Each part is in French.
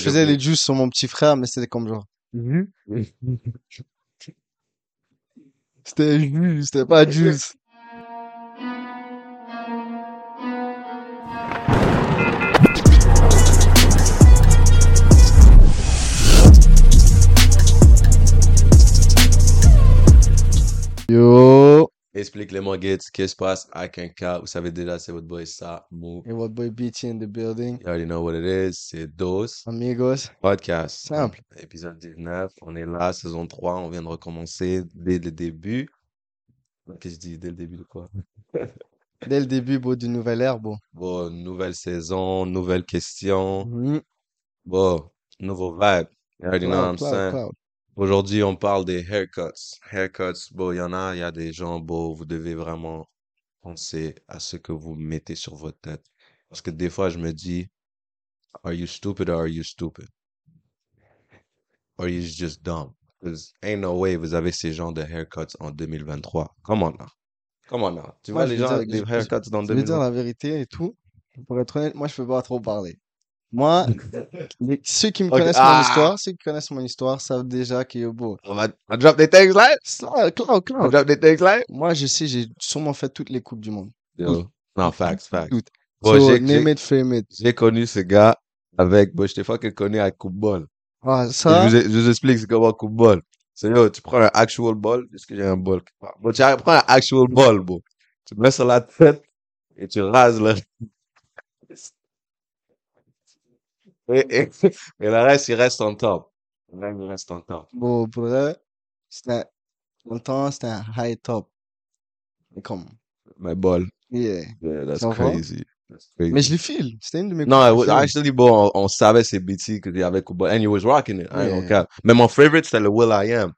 Je faisais les jus sur mon petit frère, mais c'était comme genre. Vu C'était jus, c'était pas juice. Yo! Explique-le-moi, Gates, qu'est-ce qui se passe à Quinca? Vous savez déjà, c'est votre boy, ça, move. Et what boy BT in the building. You already know what it is. C'est DOS Amigos, Podcast. simple. Épisode 19. On est là, saison 3. On vient de recommencer dès le début. Qu'est-ce que je dis? Dès le début de quoi? Dès le début, beau, du nouvel air, beau. Bon, nouvelle saison, nouvelles questions. Mhm. Bon, nouveau vibe. You already know what I'm Cloud, cloud, saying. cloud. Aujourd'hui, on parle des haircuts. Haircuts, bon, il y en a, il y a des gens, bon, vous devez vraiment penser à ce que vous mettez sur votre tête. Parce que des fois, je me dis, are you stupid or are you stupid? Or are you just dumb? Because ain't no way vous avez ces genres de haircuts en 2023. Come on now. Come on now. Tu Moi, vois je les veux gens dire- avec des je- je- haircuts dans Je vais dire 2023? la vérité et tout. Pour être honnête, moi, je peux pas trop parler. Moi, les- ceux qui me Ok, connaissent ah. mon histoire, ceux qui connaissent mon histoire savent déjà qu'il est beau. On va, on drop des things like? Cloud, cloud, On cloud. drop des things like? Moi, je sais, j'ai sûrement fait toutes les coupes du monde. Yo. Non, facts, facts. Toutes. Bon, So, j'ai- j'ai- name it, fame it. J'ai connu ce gars avec, bon, je t'ai fucking connu à coupe ball. Ah, Je ça, vous, ai- je vous explique c'est comment coupe ball. C'est yo, tu prends un actual ball, parce que j'ai un ball. qui part. Bon, tu arrives, prends un actual ball, bon. Tu le mets sur la tête et tu rases le. Et, et, et le reste, il reste en top. Le reste, il reste en top. bon, pour vrai, c'était un- longtemps, c'était un high top. Mais comme, My ball. yeah. Yeah, that's Ça va? crazy. That's crazy. Mais je les file. C'était une de mes Non, it coupes was- préférées. actually, bon, on, on savait c'est BT qu'il y avait Kubo, and he was rocking it. I ain't gonna Ouais. cap. Mais mon favorite, c'était le Will I Am.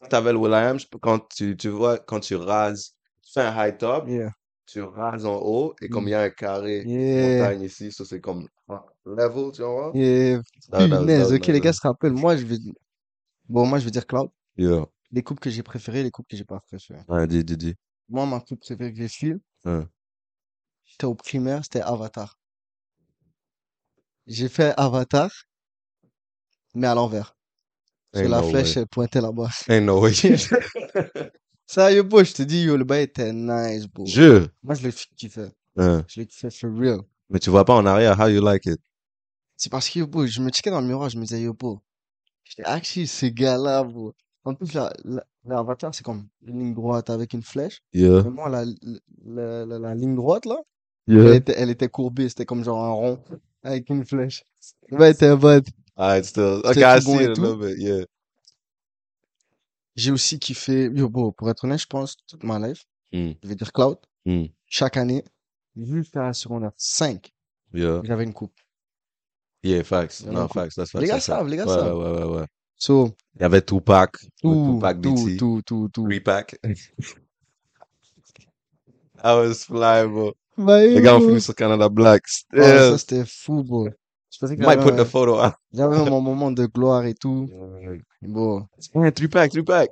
Quand T'avais le Will I Am, je peux- quand tu, tu vois, quand tu rases, tu fais un high top, Yeah. tu rases en haut, et comme Mm. il y a un carré Yeah. montagne ici, ça c'est comme level, tu vois? Yeah. That- that was- that Punaise. was Ok, les nice, gars hein. se rappellent. Moi, je vais, bon, moi, je vais dire Cloud. Yeah. Les coupes que j'ai préférées, les coupes que j'ai pas préférées. Ouais, dis, dis, dis. Moi, ma coupe préférée que j'ai file, Hein. J'étais au primaire, c'était Avatar. J'ai fait Avatar, mais à l'envers. Parce que Ain't la no flèche, elle pointait là-bas. way. Ain't no way. Ça, yo, beau, je te dis, yo, le bail était nice, bro. Jure. Moi, je l'ai f- kiffé. Hein. Je l'ai kiffé for real. Mais tu vois pas en arrière, how you like it? C'est parce que, yo, beau, je me checkais dans le miroir, je me disais, yo, beau. J'étais actually, ce gars-là, bro. En plus, la, la- l'Avatar, c'est comme une ligne droite avec une flèche. Yeah. Mais moi, la, la, la, la ligne droite, là, elle Yeah. était, elle était courbée. C'était comme genre un rond avec une flèche. Le bail était bad. Alright, still. Okay, C'était I tout bon see et it a tout. little bit, yeah. J'ai aussi kiffé, yo, bon, pour être honnête, je pense, toute ma life, Hmm. je vais dire cloud, Hmm. chaque année, jusqu'à la secondaire 5, Yeah. j'avais une coupe. Yeah, facts. Il y en a Non, beaucoup. facts, that's facts. Les gars that's facts. savent, les gars Ouais, savent. ouais, ouais, ouais. So, Il y avait Tupac, le tout, Tupac tout, BT, tout, tout, tout. Tupac. I was fly, bro. Bah, Les gars ont yo. fini sur Canada Black. Ah, ça, Still. c'était fou, bro. Je pensais que Might put j'avais the un- photo hein. up. j'avais mon moment de gloire et tout. Bon, Yeah, Tupac, Tupac.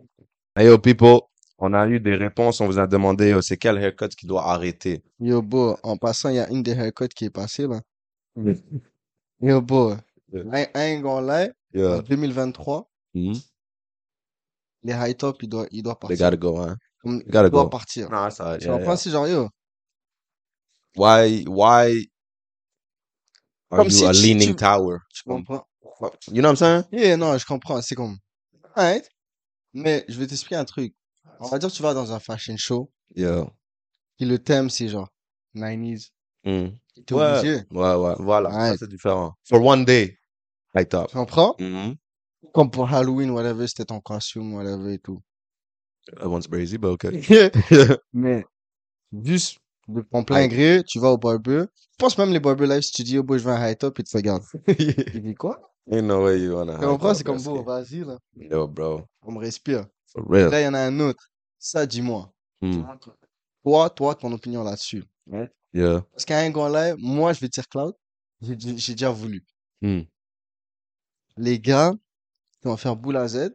Hey, yo, people. On a eu des réponses. On vous a demandé, euh, c'est quel haircut qui doit arrêter. yo, bon, en passant, il y a une des haircuts qui est passée, là. Yo, bon, Yeah. I, I ain't gonna lie, en Yeah. 2023, Mhm. les high top, il doit, il doit partir. They gotta go, hein. Comme, They gotta il doit go. partir. Non, ça, Tu yeah, comprends? yeah. C'est genre, yo, Why, why are Comme you si a tu- leaning tu- tower? tu comprends? You know what I'm saying? Yeah, non, je comprends, c'est comme. Alright. Mais je vais t'expliquer un truc. On va dire, tu vas dans un fashion show, Yeah. et le thème, c'est genre 90s. Mm. T'es Ouais, obligé. ouais, ouais, voilà, ça Ouais. c'est différent. For one day, I top. Tu comprends? Mm-hmm. Comme pour Halloween, whatever, c'était ton costume, whatever et tout. That one's crazy, but okay. Mais, juste, de ton plein Ouais. gré, tu vas au barber. Je pense même les barber live, si tu dis, oh, boy, je veux un high top, ils te regardent. Ain't Il dit quoi? no way you wanna Tu hide comprends? that, C'est comme, bro. bon, vas-y, là. Yo, bro, On me respire. for real. Là, il y en a un autre. Ça, dis-moi. Mm. Toi, toi, ton opinion là-dessus. Yeah. Parce qu'à un grand live, moi, je vais dire cloud. J'ai dé- j'ai déjà voulu. Mm. Les gars, qui vont faire boule à Z,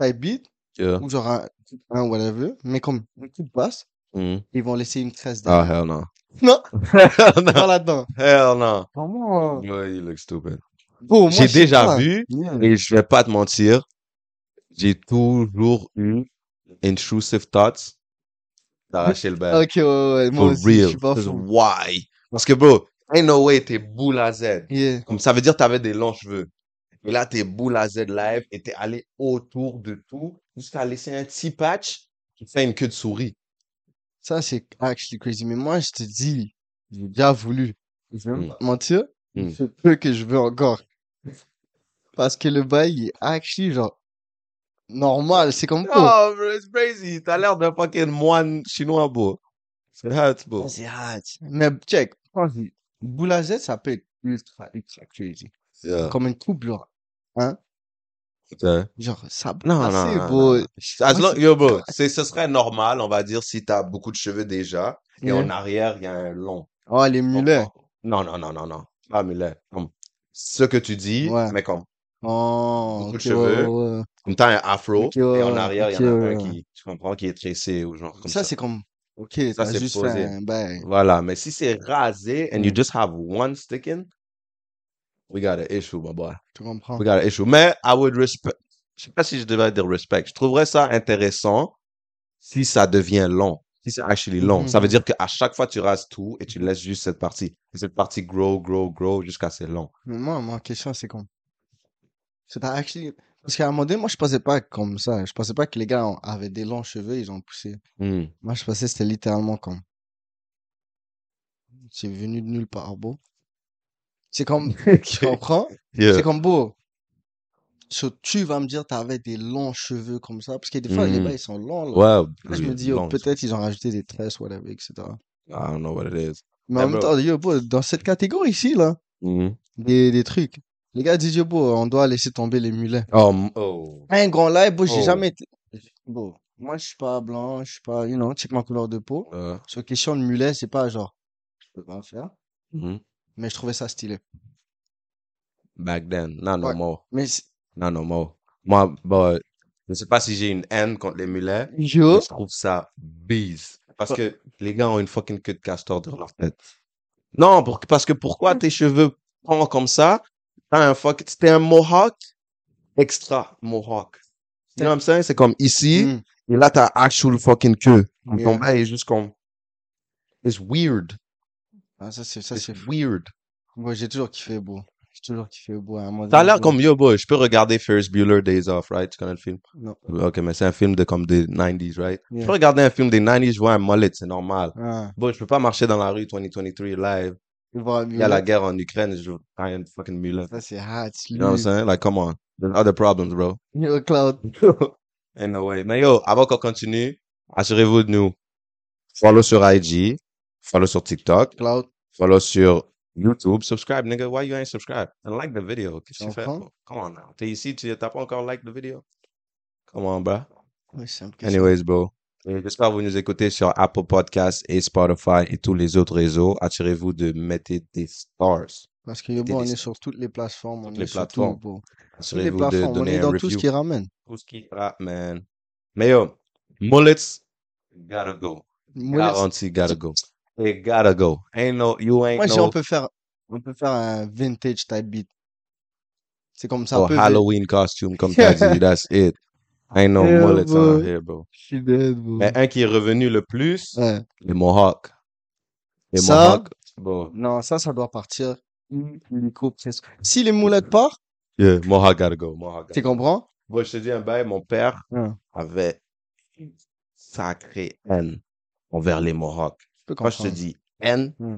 high beat, Yeah. ou genre un, un whatever, mais comme une coupe basse, Mm. ils vont laisser une tresse Oh, derrière. hell no. Non, Hell no. pas là-dedans. Hell no. Comment? euh? Yo, you look stupid. Bon, moi, J'ai je sais déjà pas. vu, Yeah. et je vais pas te mentir, j'ai toujours eu intrusive thoughts d'arracher le bel. Ok, ouais, ouais, moi For aussi, je real. suis pas Parce que fou. Why? Parce que, bro, ain't no way t'es boule à Z. Yeah. Comme ça veut dire t'avais des longs cheveux. Mais là, t'es boule à Z live et t'es allé autour de tout jusqu'à laisser un petit patch qui fait une queue de souris. Ça, c'est actually crazy. Mais moi, je te dis, j'ai déjà voulu. Je vais Mm. même pas te mentir. Mm. Je peux que je veux encore. Parce que le bail il est actually, genre, normal. C'est comme, oh, Oh, bro, it's crazy. T'as l'air d'un fucking moine chinois, bro. C'est hot, bro. c'est hot. Oh, Mais check, quand je dis boule à Z, ça peut être ultra, ultra crazy. Yeah. Comme une coublure. Hein? Yeah. Genre, ça peut Non, non, passer, non, bro. non, non. As Moi, long, c'est- yo, bro, c'est, ce serait normal, on va dire, si t'as beaucoup de cheveux déjà, et Yeah. en arrière, il y a un long. Oh, les mulets. Non, non, non, non, non. Pas Muller. Comme ce que tu dis, Ouais. mais comme, Oh, Beaucoup de ok, ouais, ouais, cheveux. ouais. comme t'as un afro, Ok, et en ouais, arrière, il ok, y en a ouais, un ouais. qui, tu comprends, qui est tressé ou genre comme ça. Ça, c'est comme, ok, Ça, t'as c'est juste posé. fait un bail. Voilà. Mais si c'est rasé, and you Mm. just have one sticking, we got an issue, my boy. Tu comprends? We got an issue. Mais I would respect, je sais pas si je devrais dire respect. Je trouverais ça intéressant si ça devient long. Si c'est actually long. Ça veut Mhm. dire qu'à chaque fois, tu rases tout et tu laisses juste cette partie. Et cette partie grow, grow, grow jusqu'à c'est long. Mais moi, ma question, c'est comme, c'est t'as actually, parce qu'à un moment donné, moi, je pensais pas comme ça. Je pensais pas que les gars ont- avaient des longs cheveux, ils ont poussé. Mm. Moi, je pensais que c'était littéralement comme, c'est venu de nulle part, beau. C'est comme, tu comprends? Yeah. C'est comme, beau. So, tu vas me dire, t'avais des longs cheveux comme ça, parce que des fois, les Mhm. gars, ils sont longs, là. Ouais, Là, je me dis, yo, long. peut-être ils ont rajouté des tresses, whatever, etc. I don't know what it is. Mais Eh, en même bro. temps, yo, bro, dans cette catégorie ici, là, Mhm. des, des trucs. Les gars disent, yo, bro, on doit laisser tomber les mulets. Oh, m- oh. Un grand live, bro, j'ai Oh. jamais été. Bon, moi, je suis pas blanc, je suis pas, you know, check ma couleur de peau. Euh, Sur question de mulet, c'est pas genre, je peux pas faire, mhm. mais je trouvais ça stylé. Back then, not no Ouais. more, Mais, c'est- not no more. Moi, bah, je sais pas si j'ai une haine contre les mulets, mais yo, je trouve ça bise. Parce Ouais. que les gars ont une fucking queue de castor dans leur tête. Non, pour- parce que pourquoi tes cheveux pendent comme ça? T'as un fuck, c'était un mohawk, extra mohawk. You know what I'm saying? C'est comme ici, hmm, et là t'as actual fucking queue. Comme Yeah. ton bail est juste comme, it's weird. ah, ça, c'est, ça, It's c'est fou. weird. Moi, j'ai toujours kiffé, beau. J'ai toujours kiffé, beau, à un moment T'as donné, l'air bro. comme Yo Boy. Je peux regarder Ferris Bueller Days Off, right? Tu connais le film? Non, Ok, mais c'est un film de comme des 90s, right? Je peux yeah. regarder un film des 90s, je vois un mullet, c'est normal. Ah, Bon, je peux pas marcher dans la rue 2023 live. il voit un Il y a la mulet. guerre en Ukraine, je I am fucking mullet. Ça, c'est hot, You know what I'm lui. saying? Like, come on. There's other problems, bro. Yo, Cloud. Ain't no way. Mais yo, avant qu'on continue, assurez-vous de nous. Follow sur IG, follow sur TikTok, Cloud, follow sur YouTube. Subscribe, nigga. Why you ain't subscribe? And like the video. Qu'est-ce que tu tu fais? comprends? Come on now. T'es ici, tu t'as pas encore like the video? Come on, bro. Oui, c'est simple que ça. Anyways, bro. Et Euh, J'espère que vous nous écoutez sur Apple Podcasts et Spotify et tous les autres réseaux. Attirez-vous de mettre des stars. Parce que yo, Mettez bon, on des est stars. sur toutes les plateformes, on Toutes est les sur tout, plateformes. bro. Toutes les Assurez-vous de plateformes, on est donner un dans tout ce review. qui ramène. Tout ce qui frappe, man. Mais yo, mullets, gotta go. Moi, laisse- Guarantee, gotta go. It gotta go. Ain't no, you ain't moi, je dis, on no, peut faire, on peut faire un vintage type beat. C'est comme ça, un oh, peu. vi- Halloween costume comme t'as dit. That's it. Ain't no Yeah, mullets bro. out here, bro. Je suis dead, bro. Mais un qui est revenu le plus, Ouais. les Mohawks. Les Ça, Mohawks, bro. non, ça, ça doit partir. illico, presque. Si les moulettes partent, Yeah, Mohawk gotta go. Mohawk gotta tu comprends? Moi, je te dis un bail, mon père Ouais. avait une sacrée haine envers les Mohawks. Je peux Quand je te comprendre. dis haine, Hmm.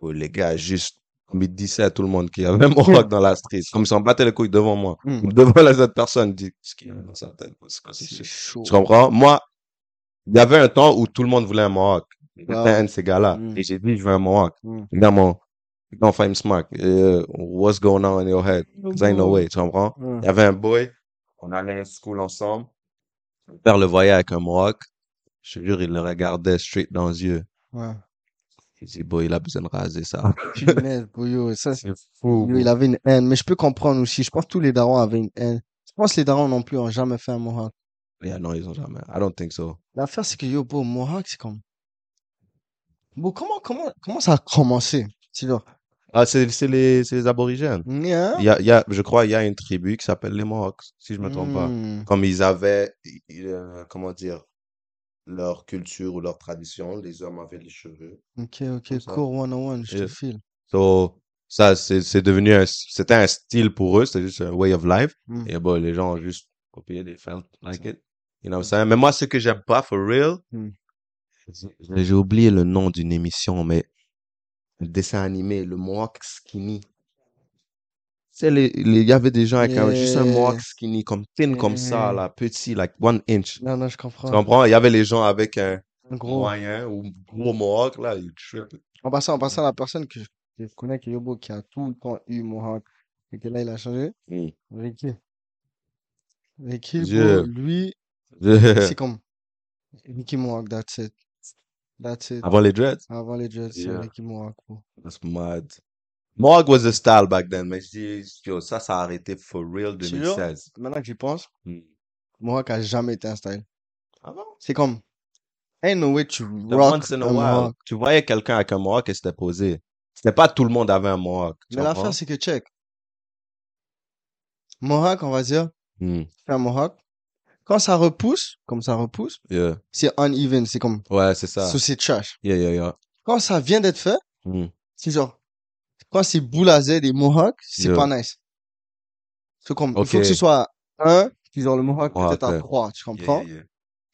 oh, les gars, juste, comme il disait à tout le monde qu'il y avait un Mohawk dans la street, comme ils s'en battaient les couilles devant moi, Hmm. ou devant les autres personnes, ils disent, qu'est-ce qu'il y a dans sa tête, c'est quoi ces C'est shit? chaud. Tu comprends? Moi, il y avait un temps où tout le monde voulait un Mohawk. J'étais Wow. un de ces gars-là. Hmm. Et j'ai dit, je veux un Mohawk. Hmm. Les gars m'ont, ils m'ont fait me smack. Euh, what's going on in your head? Cause ain't no way, tu comprends? Ouais. Il y avait un boy, on allait à school ensemble. Mon père le voyait avec un mohawk. Je te jure, il le regardait straight dans les yeux. Ouais. Il dit, boy, il a besoin de raser ça. Punaise, bro, yo, ça, Ah, c'est- C'est fou. yo, il bro. avait une haine. Mais je peux comprendre aussi. Je pense que tous les darons avaient une haine. Je pense que les darons non plus ont jamais fait un mohawk. Yeah, non, ils ont jamais. I don't think so. L'affaire, c'est que yo, bro, Mohawk, c'est comme. Bon, comment, comment, comment ça a commencé? C'est genre, Ah, c'est c'est les, c'est les aborigènes. Nya? Il y a, il y a, je crois, il y a une tribu qui s'appelle les Mohawks, si je me trompe pas. Hmm. Comme ils avaient, i- i- euh, comment dire, leur culture ou leur tradition, les hommes avaient les cheveux, Ok, ok, comme ça. cours 101, je te Yeah. file. So, ça, c'est c'est devenu un, c'était un style pour eux, c'était juste un way of life. Hmm. Et bah, les gens ont juste copié, they felt like it. You know what I'm saying? Mais moi, ce que j'aime pas, for real, Hmm. j'ai j'ai oublié le nom d'une émission, mais le dessin animé, le Mohawk Skinny. Tu sais, les- les- il y avait des gens avec un- juste un Mohawk Yeah. Hmm. Skinny, comme thin comme ça, Yeah. là, petit, like one inch. Non, non, je Tu comprends. comprends? Il y avait les gens avec un En gros, moyen ou gros Mohawk, là, ils trippent. en passant, en passant, la personne que je, que je connais, qui est Yobo, qui a tout le temps eu Mohawk, et que là, il a changé, Mm. Ricky. Ricky, bro, Je- lui, je- c'est comme Ricky Mohawk, that's it. That's it. Avant les dreads? Avant les dreads, c'est Yeah. Ricky Mohawk, bro. That's mad. Mohawk was the style back then, mais je dis, yo, ça, ça a arrêté for real Je te jure, 2016. maintenant que j'y pense, Mm. Mohawk a jamais été un style. Ah bon? C'est comme, ain't no way to The rock once in a a while, Mohawk. tu voyais quelqu'un avec un Mohawk et c'était posé. C'était pas tout le monde avait un Mohawk, tu Mais l'affaire, comprends? c'est que check. Mohawk, on va dire, Mm. fais un Mohawk. Quand ça repousse, comme ça repousse, Yeah. c'est uneven, c'est comme, Ouais, c'est ça. so c'est trash. Yeah, yeah, yeah. Quand ça vient d'être fait, Mm. c'est genre, quand c'est boule à Z et mohawk, c'est Yeah. pas nice. C'est comme, il faut que ce Ok. soit un, puis genre le mohawk peut-être à Ouais, ok. trois, tu Yeah, comprends? yeah, yeah.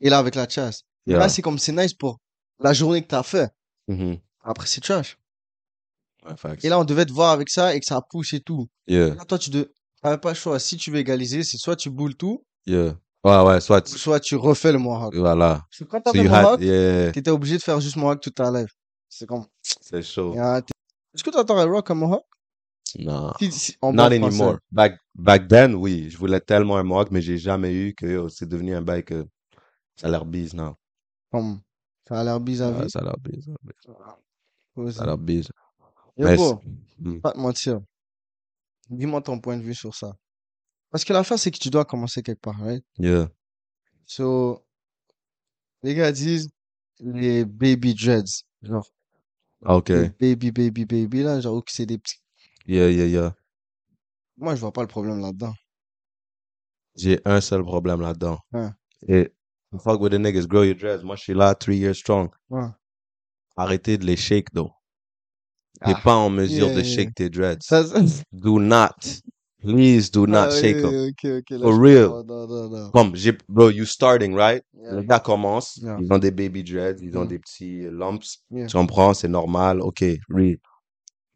Et là, avec la chasse. Mais Yeah. là, c'est comme, c'est nice pour la journée que t'as fait. Mhm. Après, c'est trash. Ouais, facts. Et là, on devait te voir avec ça et que ça pousse et tout. Yeah, Là, toi, tu de... t'avais pas le choix. Si tu veux égaliser, c'est soit tu boules tout, yeah. Ouais, ouais, soit, ou tu- soit tu refais le mohawk. voilà. Parce que quand t'as So fait you had, mohawk, yeah, t'étais obligé de faire juste mohawk toute ta life. C'est comme, c'est chaud. y a un- est-ce que t'attends un rock à mohawk? Non. Si- si- en bon Not français. anymore. Back, back then, oui, je voulais tellement un Mohawk, mais j'ai jamais eu que yo, c'est devenu un bail que ça a l'air bise, non. Comme, ça a l'air bizarre. Ouais, vu. ça a l'air bise, ça a l'air bise, Vas-y. ça a l'air bise. Yo, Mais bro, c'est- Mm. pas te mentir. Dis-moi ton point de vue sur ça. Parce que l'affaire, c'est que tu dois commencer quelque part, right? Yeah. So, les gars disent les baby dreads. Genre, Ok. les baby, baby, baby, là, genre, ou que c'est des petits. Yeah, yeah, yeah. Moi, je vois pas le problème là-dedans. J'ai un seul problème là-dedans. Hein, Et fuck with the niggas, grow your dreads. Moi, je suis là, three years strong. hein. Arrêtez de les shake, though. T'es Ah, pas en mesure de yeah, yeah. shake tes dreads. Ça, ça- Do not. Please do Ah, not oui, shake them. oui, ok, ok, là, For je real. comprends. Non, non, non. Comme, j'ai, bro, you starting, right? Yeah, Les gars commencent, yeah, ils ont des baby dreads, ils ont Mm. des petits euh, lumps. yeah. Tu comprends, c'est normal, ok, read.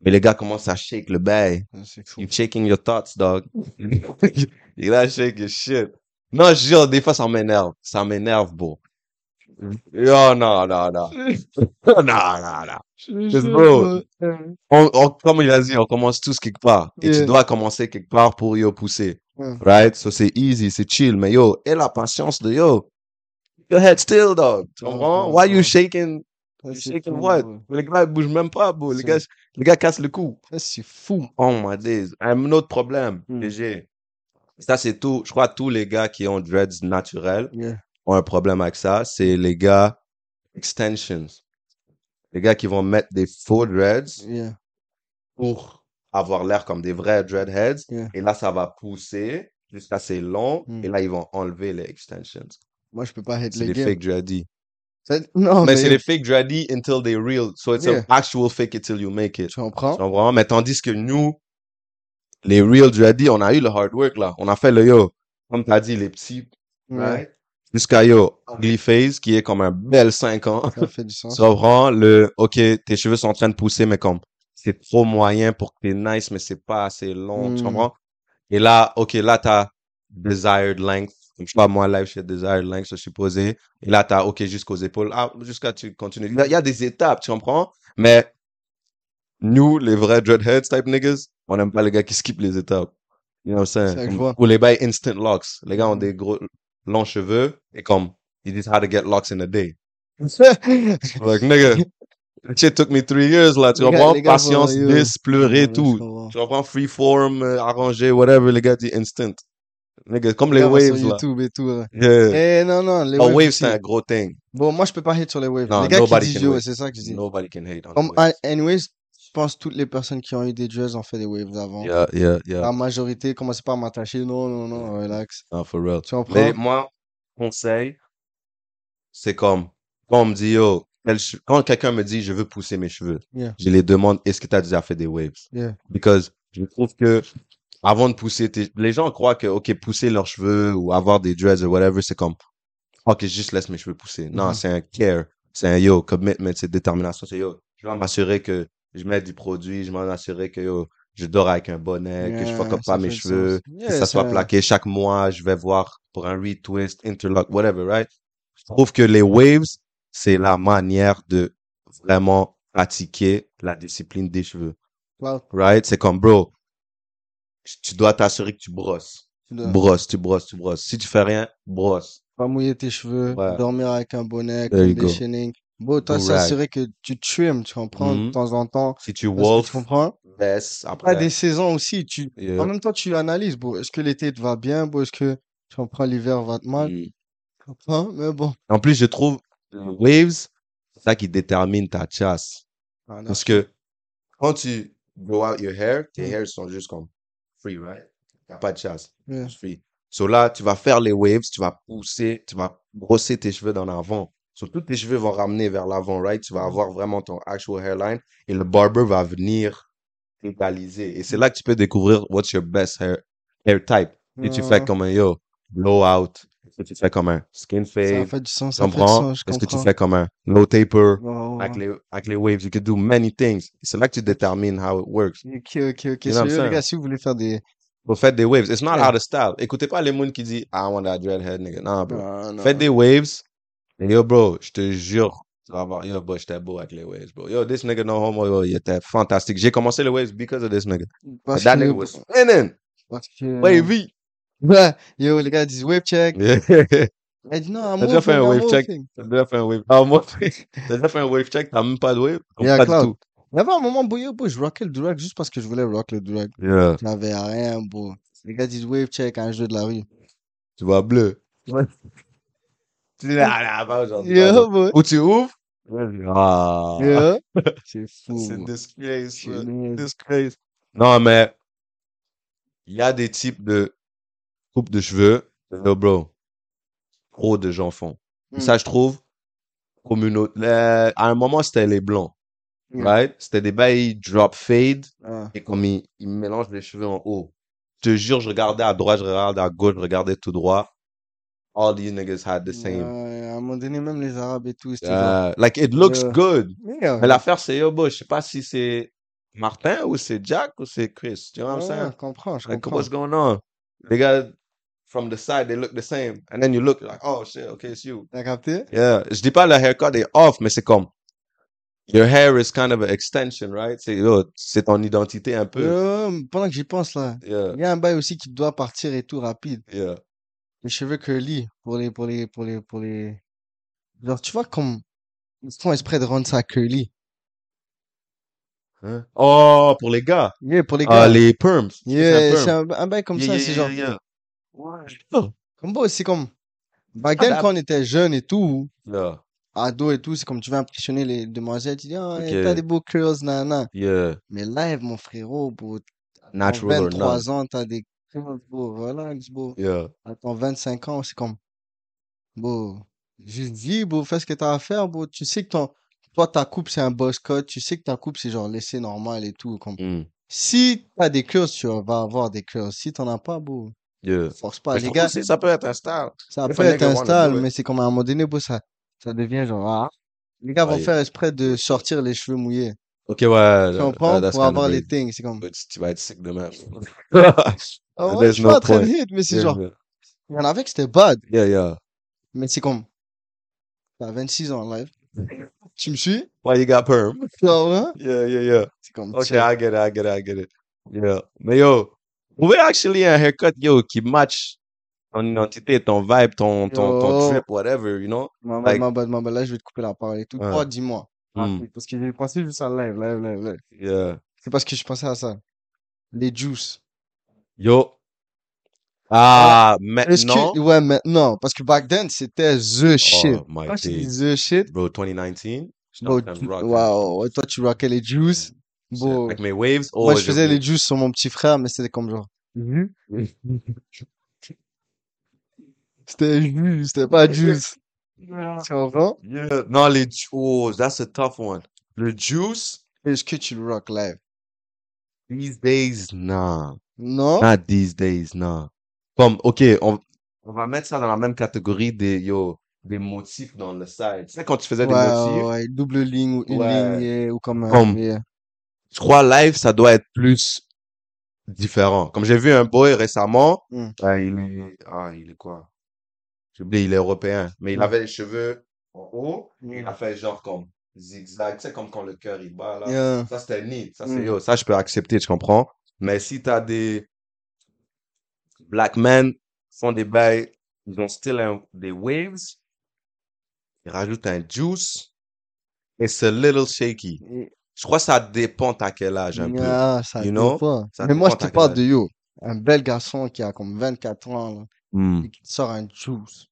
Mais les gars commencent à shake le bail. Ah, C'est fou. You shaking your thoughts, dog. You gotta shake your shit. Non, je jure, des fois, ça m'énerve. Ça m'énerve, bro. Yo, non, non, non. Non, non, non. Just bro, on, on- comme il a dit, on commence tous quelque part. Et tu Yeah. dois commencer quelque part pour yo pousser. Ouais. Right? So c'est easy, c'est chill. Mais yo, et la patience de yo. Your head still, dog. Tu Ouais, comprends? ouais, Why you ouais. shaking? Ça, You c'est shaking fou, what? bro. Mais les gars, ils bougent même pas, bro. Les C'est- gars, les gars cassent le cou. Ça, c'est fou. Oh my days. Un autre problème Hmm. que j'ai. Ça, c'est tout. Je crois tous les gars qui ont dreads naturels Yeah. ont un problème avec ça. C'est les gars extensions. Les gars qui vont mettre des faux dreads Yeah. pour avoir l'air comme des vrais dreadheads. Yeah. Et là, ça va pousser jusqu'à c'est long. Hmm. Et là, ils vont enlever les extensions. Moi, je peux pas hate C'est le les game. fake dreadies. Ça- Non, Mais c'est Oh, mais les fake dreadies until they real. So it's an Yeah. actual fake it till you make it. tu comprends? Tu comprends? Mais tandis que nous, les real dreadies, on a eu le hard work là. On a fait le yo. Comme t'as dit, les petits. Ouais, Right? Jusqu'à yo, ugly face, qui est comme un bel 5 ans. ça fait du Tu sens. comprends le OK, tes cheveux sont en train de pousser, mais comme c'est trop moyen pour que t'es nice, mais c'est pas assez long, tu Hmm. comprends? Et là, OK, là, t'as desired length. Comme je sais pas, moi, live, je fais desired length, je suis posé. Et là, t'as OK jusqu'aux épaules. Ah, jusqu'à tu continues. Il y a- il y a des étapes, tu comprends? Mais nous, les vrais dreadheads type niggas, on n'aime pas les gars qui skippent les étapes. You know what I'm C'est saying? ça que je Comme- vois. Ou les bails instant locks. Les gars ont Mm. des gros, longs cheveux et comme, ils disent how to get locks in a day. Like, nigga, that shit took me three years, là. Tu Les gars- comprends? les gars Patience, vont, yo. bis, pleurer, Ouais, je tout. comprends. Tu comprends? Freeform, euh, arranger, whatever. Les gars disent instant. Nigga, comme Les les gars vont sur waves, là. YouTube et tout. ouais. Yeah. Eh non, non, les Oh, waves waves, aussi. c'est un gros thing. Bon, moi, je peux pas hate sur les waves. Non, Les gars qui nobody disent can yo, wave. c'est ça que je dis. Nobody can hate on the Comme, waves. ah, anyways, pense toutes les personnes qui ont eu des dreads ont fait des waves avant. Yeah, yeah, yeah. La majorité commençait pas à m'attacher. Non, non, non, relax. Non, for real. Tu comprends? Mais moi, conseil, c'est comme, quand on me dit, yo, quel che- quand quelqu'un me dit, je veux pousser mes cheveux, Yeah. je les demande, est-ce que tu as déjà fait des waves? Yeah. Because je trouve que, avant de pousser tes- les gens croient que, OK, pousser leurs cheveux ou avoir des dreads ou whatever, c'est comme, OK, juste laisse mes cheveux pousser. Non, Mhm. c'est un care. C'est un yo, commitment, c'est détermination. C'est yo, je vais m'assurer que je mets du produit, je m'en assurer que yo, je dors avec un bonnet, que je Yeah, fuck up ça pas mes fait du cheveux, sens. que Yeah, ça soit ça- plaqué chaque mois, je vais voir pour un retwist, interlock, whatever, right? Je trouve que les waves, c'est la manière de vraiment pratiquer la discipline des cheveux, Wow, right? C'est comme, bro, tu dois t'assurer que tu brosses, tu dois brosses, tu brosses, tu brosses. Si tu fais rien, brosse. pas mouiller tes cheveux, Ouais. dormir avec un bonnet, There you go. conditioning. Bon, toi, Do-rag. s'assurer que tu trim, tu comprends, de Mhm. temps en temps. Si tu Parce que tu wolf, comprends? veste, Pas après. des saisons aussi. Tu, Yeah. en même temps, tu analyses. Bon, est-ce que l'été te va bien? Bon, est-ce que tu comprends l'hiver va te mal? Mm. Tu comprends? Mais bon. En plus, je trouve les waves, c'est ça qui détermine ta chasse. Voilà. Parce que quand tu blow out your hair, tes Mm. hairs sont juste comme free, right? T'as pas de chasse, Yeah. juste free. So là, tu vas faire les waves, tu vas pousser, tu vas brosser tes cheveux dans l'avant. So tous tes cheveux vont ramener vers l'avant, right? Tu vas Mm. avoir vraiment ton actual hairline et le barber va venir égaliser. Et c'est là que tu peux découvrir what's your best hair, hair type. Et tu fais Ouais. comme un yo, blow out. Est-ce que tu fais comme un skin Ça fade? fait du sens, ça fait du comprends? sens, je Est-ce que tu comprends. fais comme un low taper Ouais, ouais, avec ouais. les, avec les waves? You can do many things. C'est là que tu détermines how it works. Ok, ok, ok. You know what I'm Sérieux, les saying? gars, si vous voulez faire des. Vous faites des waves. It's not Yeah. out of style. Écoutez pas les monde qui dit I want that dreadhead nigga. Non, bro. Bah, Non, non. Faites des waves. Et yo, bro, je te jure. Tu vas voir. Yo, bro, j'étais beau avec les waves, bro. Yo, this nigga no homo. Yo, il était fantastique. J'ai commencé les waves because of this nigga. But Parce that que- nigga was spinning. parce que- Wavy. Ouais. Yo, les gars disent wave check. Yeah. Elle dit non, I'm T'as déjà fait moving, un I'm wave check? moving. T'as déjà fait un wave. Ah, moi, t'as déjà fait un wave check. T'as même pas de wave. Comme Yeah, pas cloud. du tout. Il y avait un moment, bro, yo, bro, je rockais le durag juste parce que je voulais rock le durag. Yeah. J'avais rien, bro. Les gars disent wave check à un jeu de la rue. Tu vas bleu. Tu dis, ah, là, pas aujourd'hui. pas Yo, aujourd'hui. bro. Ou tu ouvres. Ah. Yo. C'est fou, C'est bro. disgrace. C'est ouais. nul. Disgrace. Non, mais il y a des types de coupe de cheveux. Yo, bro. Trop de gens font. Et Mm. Ça, je trouve, communautaire. à un moment, c'était les blancs. Yeah. Right? C'était des bails drop fade. Ah. Et comme ils ils mélangent les cheveux en haut. Je te jure, je regardais à droite, je regardais à gauche, je regardais tout droit. All these niggas had the same. Ah. Ouais, à un moment donné, même les Arabes et tout, c'était genre. Yeah, like it looks Yeah. good. Yeah. Mais l'affaire, c'est yo, bro, je sais pas si c'est Martin ou c'est Jack ou c'est Chris. You know what I'm Ouais, saying? je comprends, je Like, comprends. what's going on? They got from the side, they look the same. And then you look like, oh shit, okay, it's you. T'as capté? Yeah. Je dis pas le haircut est off, mais c'est comme, your hair is kind of an extension, right? C'est, yo, c'est ton identité un peu. Euh, pendant que j'y pense là, Yeah. il y a un bail aussi qui doit partir et tout rapide. Yeah. Les cheveux curly pour les, pour les, pour les, pour les. Genre, tu vois comme ils font exprès de rendre ça curly. Hein? Oh, pour les gars. Yeah, pour les Ah, gars. les perms. C'est un Yeah, perm. c'est un, un bail comme Yeah, ça, yeah, c'est yeah, genre. yeah. Comme bon, c'est comme. Back then, Ah, quand on était jeune et tout, Yeah. ado et tout, c'est comme tu veux impressionner les demoiselles, tu dis, ah, Ok. t'as des beaux curls, nana. Yeah. Mais live, mon frérot, bro, à ton Natural or not. 23 ans, t'as des curls, bro, relax, bro. Yeah. À ton 25 ans, c'est comme, bro, juste dis, bro, fais ce que t'as à faire, bro. Tu sais que ton, toi, ta coupe, c'est un boss cut, tu sais que ta coupe, c'est genre laissé normal et tout, comme. Mm. Si t'as des curls, tu vas avoir des curls. Si t'en as pas, bro, Yeah. force Mais pas, je les trouve gars. aussi, ça peut être un style. Ça If peut a être nigga un wanna style, do it. mais c'est comme à un moment donné, bro, ça, ça devient genre, ah. Les gars Ah, vont yeah. faire exprès de sortir les cheveux mouillés. Ok, ouais, euh, Tu ouais, ouais, comprends? that's Pour kind of avoir les crazy. things. C'est comme, Ouais, Tu tu vas être sick demain. ah ouais, je There's suis no pas en train de point. hate, mais c'est Yeah, genre, yeah. il y en avait que c'était bad. Yeah, yeah. Mais c'est comme, t'as 26 ans live. Tu me suis? Why you got perm? Tu vois? Yeah, yeah, yeah. C'est comme, Okay, check. I get it, I get it, I get it. Yeah. Mais yo, trouver actually un haircut, yo, qui match ton identité, ton vibe, ton, ton, ton Yo. trip, whatever, you know? Ma bad, Like- ma bad, ma bad. Là, je vais te couper la parole et tout. Ouais. Toi, dis-moi. Hmm. Rapide, Parce que j'ai pensé juste à live, live, live, live. Yeah. C'est parce que je pensais à ça. Les juices. Yo. Ah, Est-ce maintenant. que, ouais, maintenant. Parce que back then, c'était the shit. Oh, my Quand je days. dis the shit, Bro, 2019. j'étais en Bro, train de tu- rock, hein. wow, ouais, toi tu rockais les juices. Bon, Avec mes waves, oh, moi, je faisais j'avoue. les juices sur mon petit frère, mais c'était comme genre. Mhm. Mm-hmm. C'était juste, c'était pas juste. Tu comprends? Yeah. Non, les ju- oh, that's a tough one. Le juice, Est-ce que tu le rock live? these days, nah. Non? Not these days, nah. Comme, ok, on, on va mettre ça dans la même catégorie des, yo, des motifs dans le side. Tu sais, quand tu faisais des Ouais, motifs, ouais, ouais, double ligne ou une Ouais. ligne yeah, ou comme euh, un. Comme- yeah. je crois live, ça doit être plus différent. Comme j'ai vu un boy récemment, Mm. ah, il est, ah, il est quoi? J'ai oublié, il est européen, mais il Mm. avait les cheveux en haut, et il Mm. a fait genre comme zigzag, tu sais, comme quand le cœur il bat là. Yeah. Ça, c'était neat. Ça, c'est Mm. yo. Ça, je peux accepter, tu comprends? Mais si t'as des black men font des bails, ils ont still un- des waves, ils rajoutent un juice, it's a little shaky. Je crois que ça dépend à quel âge un peu. Ah, ça You dépend. know? Ça Mais moi, je dépend te à quel parle âge. de yo. Un bel garçon qui a comme 24 ans, là, Hmm. et qui te sort un juice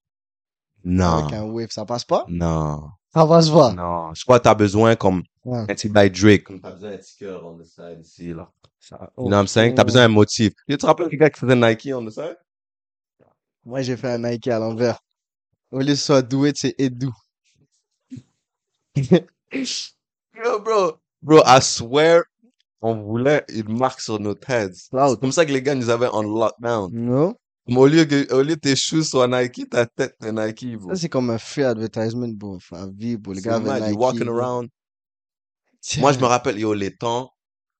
avec un Non, wave, ça passe pas? non, Ça va se voir. Ah. non. Je crois que t'as besoin comme Ah. Ouais. un petit by Drake. Comme t'as besoin d'un petit cœur on the side ici, là. Ça, you know what I'm saying? T'as Oh. besoin d'un motif. Tu te rappelles quelqu'un qui faisait Nike on the side? Moi, j'ai fait un Nike à l'envers. Au lieu de soit doué, c'est Edou. Yo, bro, bro, I swear, on voulait une marque sur nos heads. Cloud. C'est comme ça que les gars nous avaient en lockdown. Non? Mais au lieu que, au lieu que tes shoes soient Nike, ta tête est Nike, bro. Ça, c'est comme un free advertisement, bro. À vie, bro. Les C'est gars avec mad, you Nike. walking bro. around. Moi, je me rappelle, yo, les temps,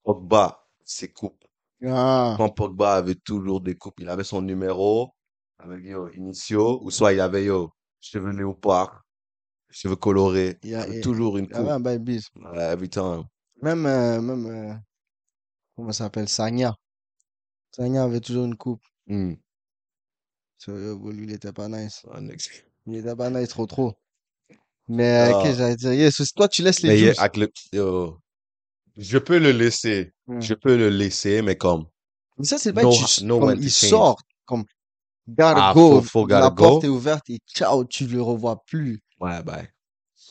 Pogba, ses coupes. Ah. Quand Pogba avait toujours des coupes, il avait son numéro avec, yo, initio, ou soit il avait, yo, cheveux léopard, cheveux colorés. Il y a- il avait il- toujours une il y avait coupe. un bad beat. Ouais, every time. Même, euh, même, euh, comment ça s'appelle? Sagna. Sagna avait toujours une coupe. Hmm. Sérieux, bro, lui, il était pas nice. Ah, next. Il était pas nice trop trop. Mais, euh, Ah. qu'est-ce que j'allais dire? Yeah, so, toi, tu laisses les Mais juices. avec le- yo, je peux le laisser. Hmm. Je peux le laisser, mais comme. Mais ça, c'est pas No- que tu, no comme when to il change. sort, comme gotta Ah, go, faut- faut la gotta go. porte est ouverte et ciao, tu le revois plus. Ouais, bye.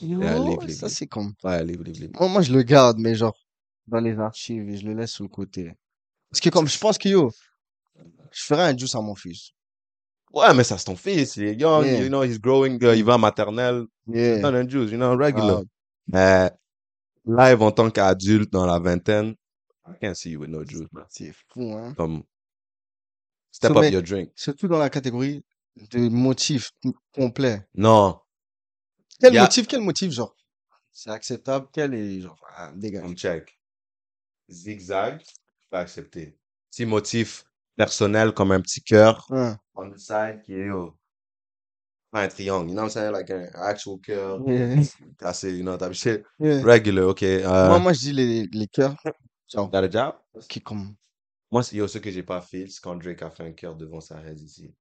Yo, libre, libre, ça libre. c'est comme. Ouais, libre, libre, libre. Moi, moi, je le garde, mais genre dans les archives et je le laisse sur le côté. Parce que comme je pense que yo, je ferai un juice à mon fils. Ouais, mais ça, c'est ton fils. Il est young, Yeah. you know, he's growing, uh, il va à maternelle. Yeah. Donne un juice, you know, regular. Ah, Mais live en tant qu'adulte dans la vingtaine, I can't see you with no juice, man. c'est fou, hein. Comme, step So, up mais- your drink. Surtout dans la catégorie de motifs complet. Non, Quel Yeah. motif, quel motif, genre, c'est acceptable, quel est genre, ah, dégage. comme check. Zigzag, je peux accepter. Petit motif personnel comme un petit cœur. Hein. on the side qui est yo, pas un triangle, you know what I'm saying? Like an actual curl. Yeah. That's it, you know, type of shit. Yeah. Regular, okay. Moi, Uh, moi, je dis les, les cœurs, genre, got a job? qui comme. Moi, c'est- yo, ce que j'ai pas fait, c'est quand Drake a fait un cœur devant sa raise ici.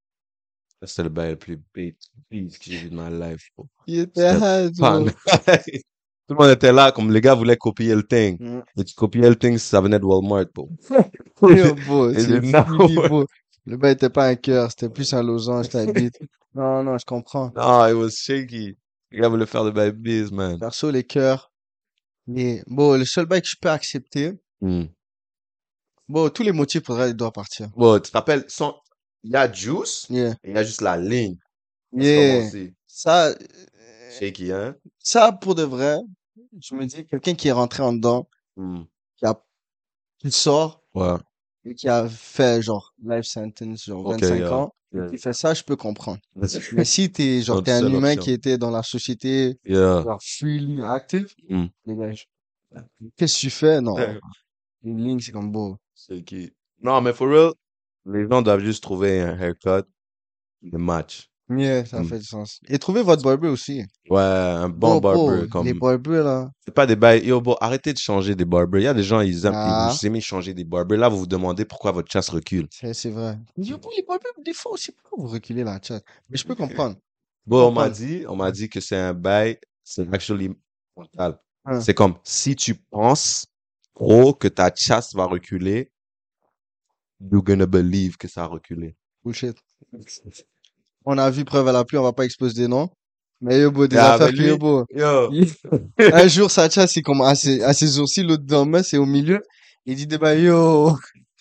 Ça, C'était le bail le plus bête bête que j'ai vu de ma life. bro. Il était C'était hard, Pan. bro. Tout le monde était là, comme les gars voulaient copier le thing. Mm. Et tu copiais le thing, ça venait de Walmart, bro. Yo, bro, Et c'est le now- fini, bro. Le bain était pas un cœur, c'était plus un losange, ta bite. Non, non, je comprends. Non, it was shaky. Les gars voulaient faire le bail biz, man. Perso, les cœurs. Mais bon, le seul bail que je peux accepter, Hmm. bon, tous les motifs pour elle doivent partir. Bon, tu te rappelles, sans- il y a Juice, Yeah. il y a juste la ligne. Parce que Yeah. comme on dit, Ça, euh, Shaky, hein? ça, pour de vrai, je me dis, quelqu'un qui est rentré en dedans, Hmm. qui a, qui sort, Ouais. et qui a fait, genre, life sentence, genre, Ok, 25 yeah. ans, Yeah. qui fait ça, je peux comprendre. That's- Mais si t'es, genre, Notre t'es un seule humain option. qui était dans la société, Yeah. genre, freely active, Mm. dégage. Qu'est-ce que tu fais? Non. Ouais. Une ligne, c'est comme beau. Shaky. Non, mais for real, les gens doivent juste trouver un haircut, le match. Yeah, ça Mm. fait du sens. Et trouvez votre barber aussi. Ouais, un bon Bro, bro, barber. Les Comme... barbers, là. C'est pas des bails. Yo, bro, arrêtez de changer des barbers. Il y a des gens, ils aiment, Ah. ils vous aimez changer des barbers. Là, vous vous demandez pourquoi votre chasse recule. C'est, c'est vrai. Du coup, les barbers, des fois aussi, pourquoi vous reculez la chat? Mais je peux comprendre. Bon, on m'a Comprendre. dit, on m'a dit que c'est un bail, c'est actually mental. Hein. C'est comme si tu penses trop que ta chasse va reculer, you're gonna believe que ça a reculé. Bullshit. On a vu preuve à la pluie, on va pas exposer des noms. Mais yo, beau, des Ah, affaires mais que lui- yo, beau. Yo, Un jour, Sacha, c'est comme à ses, à ses sourcils, l'autre dans le c'est au milieu. Il dit, bah, yo,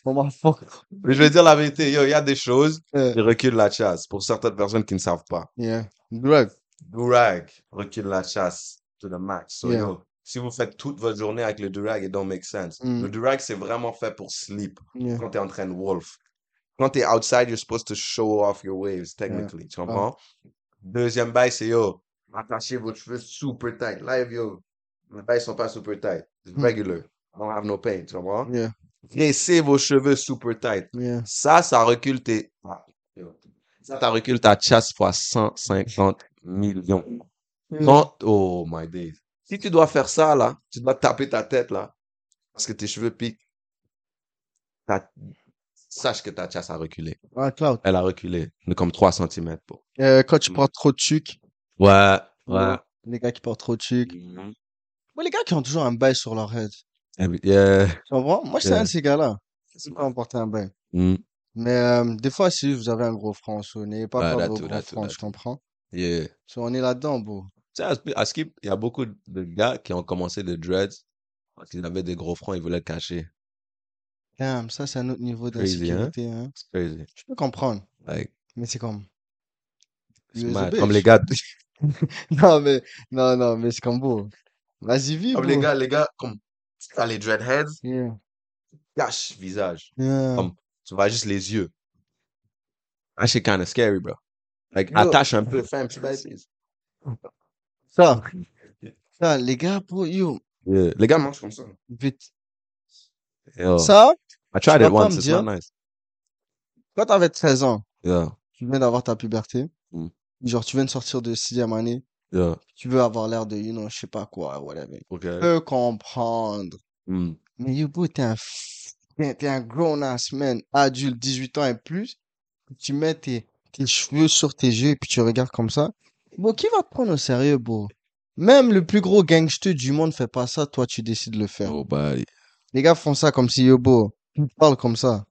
on m'a fuck. mais je vais dire la vérité, yo, il y a des choses, Euh, je recule la chasse pour certaines personnes qui ne savent pas. yeah. Drug. Durag, recule la chasse to the max. So, Yeah. yo, si vous faites toute votre journée avec le durag, it don't make sense. Mm. Le durag, c'est vraiment fait pour sleep. Yeah. Quand t'es en train de wolf. Quand t'es outside, you're supposed to show off your waves, technically. Ah. Tu comprends? Deuxième bail, c'est yo, attachez vos cheveux super tight. Live, yo, mes bails sont pas super tight. It's Mm. regular. I don't have no pain. Tu comprends? Yeah. Dressez vos cheveux super tight. Yeah. Ça, ça recule tes. Ah, yo. Ça, ça recule ta chasse fois 150 millions. Quand, oh my days. Si tu dois faire ça, là, tu dois taper ta tête, là, parce que tes cheveux piquent, ta- sache que ta chasse a reculé. Ah, Cloud. Elle a reculé de comme 3 cm. Euh, quand Mm. tu portes trop de sucre, Ouais, ouais. les gars qui portent trop de sucre. Moi, les gars qui ont toujours un bail sur leur head. Eh Yeah. Tu comprends? Moi, j'étais Yeah. un de ces gars-là. Tout le temps porter un bail. Mm. Mais, euh, des fois, si vous avez un gros front, so, n'ayez pas Ouais, peur de là, vos tout, gros là, tout, fronts, là, je tout. comprends? Yeah. Tu So, on est là-dedans, beau. sais, à Skip- à Skip, il y a beaucoup de gars qui ont commencé le dreads parce qu'ils avaient des gros fronts, ils voulaient le cacher. Damn, ça, c'est un autre niveau Crazy, hein? d'insécurité, hein? C'est crazy. Je peux comprendre, Like, mais c'est comme. it's You is a mad. Comme bitch. les gars, Non, mais, non, non, mais c'est comme beau. Vas-y, vis, comme les beau. gars, les gars, comme, t'as les dreadheads, Yeah. cache visage. Yeah. Comme- Tu vois juste les yeux. That shit kind of scary, bro. Like, Yo. attache un peu, fais un petit bail. Ça, ça, les gars, bro, yo, Yeah. Les gars mangent comme ça. vite. Yo. Ça, I tried tu vas it pas once, me it's dire- not nice. quand t'avais 13 ans, Yeah, tu viens d'avoir ta puberté. Mm. Genre, tu viens de sortir de sixième année. yeah, Tu veux avoir l'air de, you know, je sais pas quoi, whatever. Je okay. peux comprendre. Mm. Mais yo, bro, t'es un, f- t'es t'es un grown ass man, adulte, 18 ans et plus. Tu mets tes, tes cheveux sur tes yeux et puis tu regardes comme ça. Bon, qui va te prendre au sérieux, bro? Même le plus gros gangster du monde fait pas ça, toi, tu décides de le faire. Nobody. Les gars font ça comme si yo, bro, ils te parlent comme ça.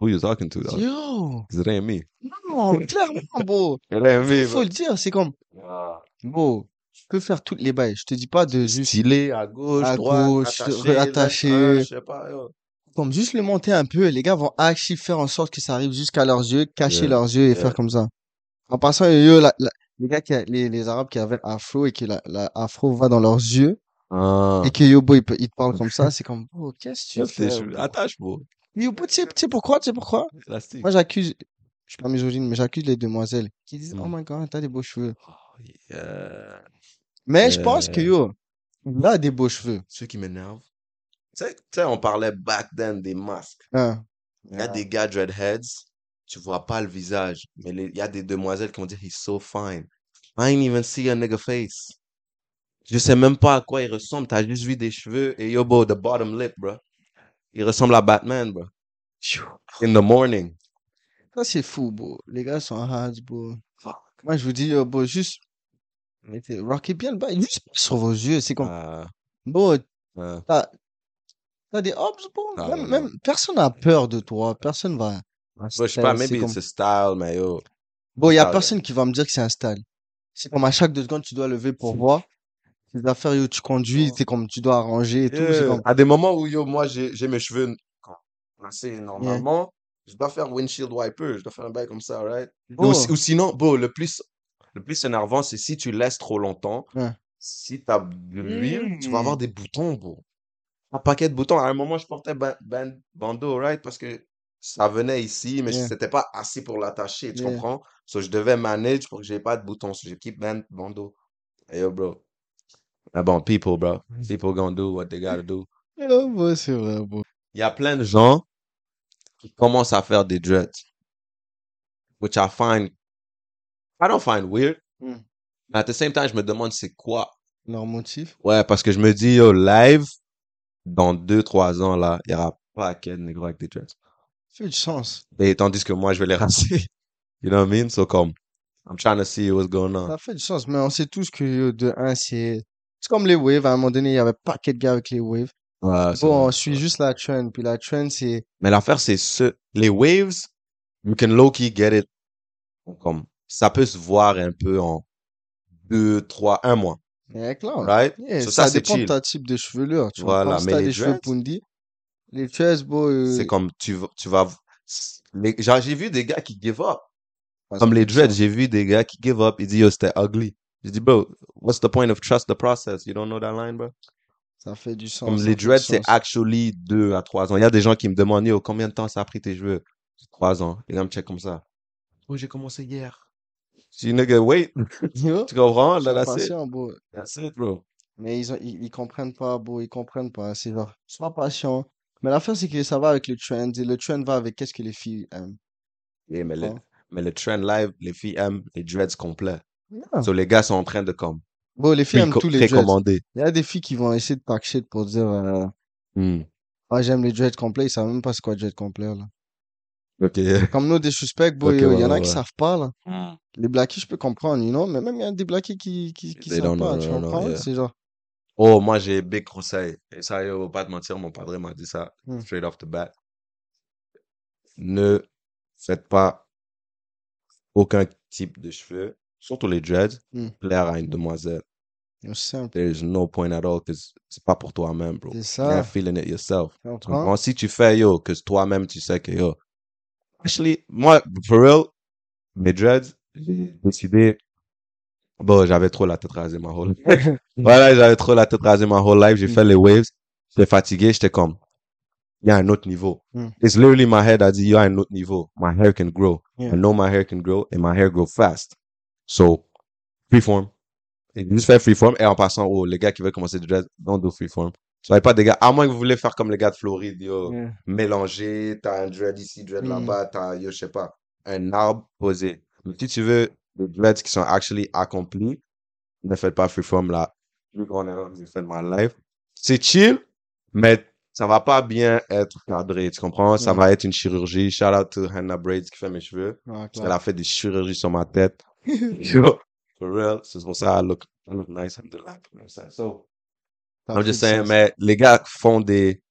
Who you talking to, though? Yo! 'Cause It ain't me. Non, clairement, bro. It ain't me, Faut le dire, c'est comme, bro, tu peux faire toutes les bails. Je te dis pas de juste, Stylé, à gauche, À droite, gauche, attaché, left, rattaché. un, je sais pas, yo. comme juste le monter un peu. Les gars vont archi faire en sorte que ça arrive jusqu'à leurs yeux, cacher Yeah, leurs yeux et yeah. faire comme ça. En passant, yo, la- la- les gars qui, a- les, les arabes qui avaient afro et que la, la afro va dans leurs yeux Ah. et que Yobo, il, peut- il te parle comme ça, c'est comme, bro, qu'est-ce que tu Juste les fais? cheveux. bro? Attache, bro. Yobo, tu sais, tu sais pourquoi, tu sais pourquoi? Élastique. Moi, j'accuse, je suis pas misogyne, mais j'accuse les demoiselles qui disent, Mm. oh my god, t'as des beaux cheveux. Oh, yeah. Mais je pense que Euh. yo, il a des beaux cheveux. Ceux qui m'énervent. Tu sais- tu sais, on parlait back then des masques. Hein. Il y a des gars dreadheads, tu vois pas le visage, mais les- il y a des demoiselles qui vont dire he's so fine. I ain't even see a nigga face. Je sais même pas à quoi il ressemble, t'as juste vu des cheveux et yo bro, the bottom lip, bro. Il ressemble à Batman, bro. Pfiou. In the morning. Ça, c'est fou, bro. Les gars sont hard, bro. Fuck. Moi, je vous dis, euh, bro, juste, mettez, rockez bien le bail, juste sur vos yeux. C'est comme, Ah, bro, ah, t'as des hops, bro. Ah, Même, ouais, même, personne n'a peur de toi. Personne va. bro, je sais pas, c'est maybe comme- it's a style, mais yo. Bon, il y a Ah, ouais. personne qui va me dire que c'est un style. C'est comme à chaque deux secondes, tu dois lever pour voir. Les affaires où tu conduis, Ouais. Euh, c'est comme tu dois arranger et tout. C'est Yeah. comme, À des moments où yo, moi, j'ai j'ai mes cheveux placés normalement, je dois faire windshield wiper, je dois faire un bail comme ça, right? Mais bro, Ou, si- ou sinon, bon, le plus, le plus énervant, c'est si tu laisses trop longtemps, Ouais. si t'as de l'huile, tu Mm. vas avoir des boutons, bro. Un paquet de boutons. À un moment, je portais ban- ban- bandeau, right? Parce que ça venait ici, mais je- Yeah. c'était pas assez pour l'attacher, tu Yeah. comprends? So, je devais manage pour que j'ai pas de boutons. So, j'ai pris ban- bandeau. Hey, yo, bro. Ah bon, people, bro. People gonna do what they gotta do. Oh, bro, c'est vrai, bro. Il y a plein de gens qui commencent à faire des dreads, which I find, I don't find weird. Mm. Mais at the same time, je me demande c'est quoi. Leur motif. Ouais, parce que je me dis, yo, live, dans 2-3 ans, là, il y aura pas quel négro avec des dreads. Ça fait du sens. Et tandis que moi, je vais les raser. you know what I mean? So, comme, I'm trying to see what's going on. Ça fait du sens, mais on sait tous que yo, de un, c'est. C'est comme les waves. À un moment donné, il y avait pas de gars avec les waves. Ouais, Ah, c'est Bon, vrai. on suit juste la trend. Puis la trend, c'est. Mais l'affaire, c'est ce, les waves, you can low-key get it. Comme, ça peut se voir un peu en deux, trois, un mois. Eh, clair. Right? Yeah, So, ça, ça, c'est dépend de chill. ta type de chevelure, tu vois. Voilà, Comme si mais t'as les des cheveux dreads- poundis, les cheveux, bro, euh, C'est comme tu, vas- tu vas. les- genre, j'ai vu des gars qui give up. ouais, Comme c'est les comme dreads, ça. j'ai vu des gars qui give up. Ils disent, yo, c'était ugly. J'ai dit, bro, what's the point of trust the process? You don't know that line, bro? Ça fait du sens. Comme ça les fait du dreads, c'est sens. actually deux à trois ans. Il y a des gens qui me demandent, yo, combien de temps ça a pris tes cheveux? Trois ans. Les gars me check comme ça. Oh, j'ai commencé hier. Si nigga, wait. Mm. Yo, Tu comprends? Là, sois that's it. patient, bro. That's it, bro. Mais ils, ont, ils, ils comprennent pas, bro, ils comprennent pas. C'est genre, sois patient. Mais l'affaire, c'est que ça va avec le trend, et le trend va avec qu'est-ce que les filles aiment. Yeah, mais le, Hein? mais le trend live, les filles aiment les dreads complets. Non. So, les gars sont en train de comme Bon, les filles aiment préco- Ah. tous les dreads. précommander. Il y a des filles qui vont essayer de pack shit pour dire, euh, Hmm. ah, j'aime les dreads complets, ils savent même pas c'est quoi dread complet, là. Ok. Comme nous, des suspects, bon, Ok, il y ouais, en a ouais, qui ouais. savent pas, là. Les blackies, je peux comprendre, you know, mais même il y a des blackies qui, qui, qui They savent don't know, pas, tu no, no, comprends? yeah. C'est genre, Oh, moi, j'ai big conseil. Et ça, yo, pas te mentir, mon padre m'a dit ça Hmm. straight off the bat. Ne faites pas aucun type de cheveux, surtout les dreads, Hmm. plaire à une demoiselle. c'est simple. There's no point at all, cause c'est pas pour toi-même, bro. C'est You're ça, not feeling it yourself. tu Tu comprends? comprends? Si tu fais, yo, que toi-même, tu sais que, yo, actually, moi, for real, mes dreads, j'ai décidé, bon, j'avais trop la tête rasée ma whole Voilà, j'avais trop la tête rasée ma whole life. J'ai Mm. fait les waves. J'étais fatigué. J'étais comme, il y a un autre niveau. Mm. It's literally my head that dit, il y a un autre niveau. My hair can grow. Yeah. I know my hair can grow and my hair grow fast. So, freeform. Et juste faire freeform. Et en passant, oh, les gars qui veulent commencer du jazz, don't do freeform. Soyez pas des gars, à moins que vous voulez faire comme les gars de Floride, yo, Yeah. mélanger, t'as un dread ici, dread Mm. là-bas, t'as, yo, je sais pas, un arbre posé. Mais si tu veux des dreads qui sont actually accomplis, ne faites pas freeform là. Plus grande erreur que j'ai faite de ma life. C'est chill, mais ça va pas bien être cadré, tu comprends? Ça Ouais. va être une chirurgie. Shout out to Hannah Braids qui fait mes cheveux. Ouais, Parce qu'elle clair. a fait des chirurgies sur ma tête. Yo, for real. C'est pour ça, I look, I look nice. I'm the like, you know what I'm saying? So, Ça I'm fait just du saying, sens. mais les gars font des,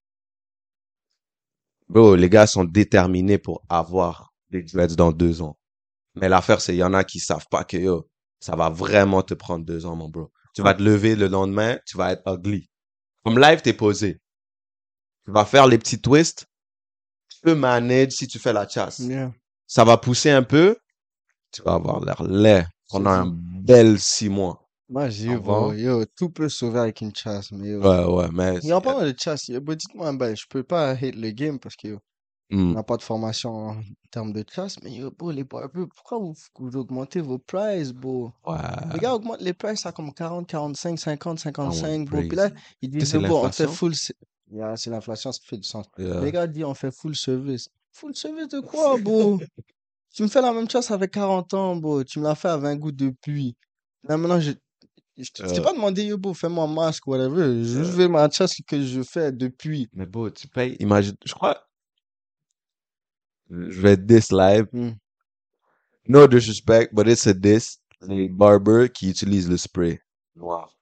bro, les gars sont déterminés pour avoir des dreads dans deux ans. Mais l'affaire, c'est, il y en a qui savent pas que, yo, ça va vraiment te prendre deux ans, mon bro. Tu vas te lever le lendemain, tu vas être ugly. Comme live, t'es posé. Tu vas faire les petits twists. Tu peux manage si tu fais la chasse. Yeah. Ça va pousser un peu. Tu vas avoir l'air laid pendant C'est un bel six mois. Moi, j'ai eu, Avant. bro, yo, tout peut se sauver avec une chasse, mais yo. Ouais, ouais, mais. Et en parlant de chasse, yo, bro, dites-moi un bail, je peux pas hate le game parce que yo, on Hmm. n'a pas de formation en termes de chasse, mais yo, bro, les barbeux, pourquoi vous, vous augmentez vos prices, bro? Les Ouais. gars augmentent les prices à comme 40, 45, 50, I went 55, bro. Puis là, Ah crazy. ils Que disent, c'est bon, on te fait l'inflation? Ah. full. se- Yeah, c'est l'inflation, ça fait du sens. Les Yeah. gars disent, on fait full service. Full service de quoi, bro? Tu me fais la même chose avec 40 ans, bro. Tu me l'as fait à 20 gouttes depuis. Là, maintenant, je, je te- je t'ai Euh, pas demandé, yo, bro, fais-moi un masque, whatever. Je euh, veux ma chasse que je fais depuis. Mais bon, tu payes. Imagine, je crois, je vais diss live. Hmm. No disrespect, but it's a diss. Les barbers qui utilisent le spray noir.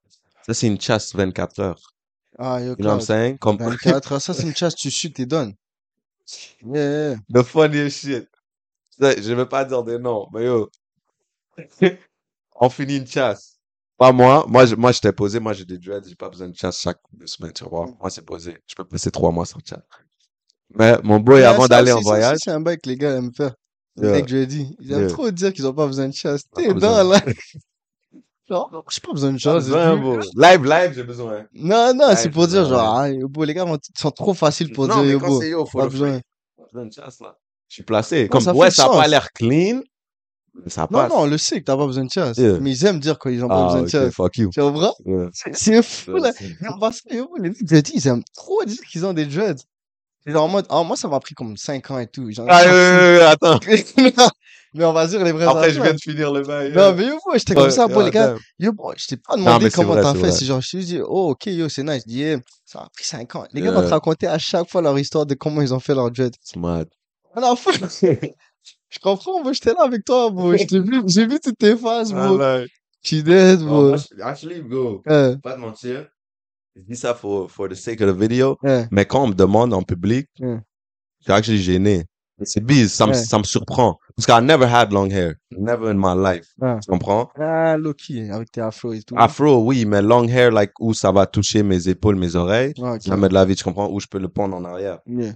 Ça, c'est une chasse 24 heures. Ah, yo, You know what I'm Cloud. saying? Comme, 24 heures, ça, c'est une chasse, tu chutes et donnes. Yeah, yeah. the funniest shit. Ça, Je vais pas dire des noms, mais yo. On finit une chasse. Pas moi. Moi, je, moi, j'étais posé. Moi, j'ai des dreads. J'ai pas besoin de chasse chaque deux semaines, tu vois. Moi, c'est posé. Je peux passer trois mois sans chasse. Mais mon boy, Yeah, avant ça d'aller en aussi, ça aussi, voyage, c'est un bail que les gars aiment faire. C'est Yeah. ça que je dis. Ils aiment Yeah. trop dire qu'ils ont pas besoin de chasse. on a T'es pas besoin. dans là. Genre, j'ai pas besoin de Pas chasse. et besoin, tout. bro. Live, live, j'ai besoin. Non, non, Ouais, c'est j'ai pour dire, besoin, ouais. genre, ah, yo, bro, les gars vont- sont trop faciles pour Non, dire, mais yo, quand bro, c'est yo, faut pas le freak. besoin. J'ai une chasse, là. Je suis placé. Non, Comme, ça fait ouais, du ça a pas sens. l'air clean, mais ça Non, non, on passe. le sait que t'as pas besoin de chasse. Yeah. Mais ils aiment dire qu'ils ont pas Ah, besoin de ok, chasse. fuck you. Tu comprends? Ouais. C'est c'est fou, là. C'est- Genre, Parce que, yo, les mecs, je dis, ils aiment trop dire qu'ils ont des dreads. C'est genre en mode, ah, moi, ça m'a pris comme 5 ans et tout. J'en Ah, j'en fous. euh, attends. Mais on va dire les vrais Après, je affaires. viens de finir le bail. Non, euh. mais yo, bro, j'étais comme ça, Ouais, bro, les gars. attends. Yo, bro, je t'ai pas mais demandé c'est comment vrai, t'as c'est fait. vrai. C'est genre, je te dis, oh, ok, yo, c'est nice. Je dis, eh, ça a pris 5 ans. Les gars vont te Yeah. raconter à chaque fois leur histoire de comment ils ont fait leur dread. Smart. Ah, la fois, je comprends, moi, j'étais là avec toi, bro. Je t'ai vu, j'ai vu toutes tes faces, bro. Voilà. Tu dead, Non, bro. Ah, moi, je- Actually, go. Euh, Pas de mentir. Je dis ça for, for the sake of the video. euh, Mais quand on me demande en public, euh. je suis actually gêné. C'est bizarre, ça me, Ouais. ça me surprend. Parce que I never had long hair. Never in my life. Ah, Tu comprends? ah Loki, avec tes afros et tout. Afro, oui, mais long hair, like, où ça va toucher mes épaules, mes oreilles. Ah, ok. Ça met de la vie, tu comprends? Où je peux le pendre en arrière. Yeah.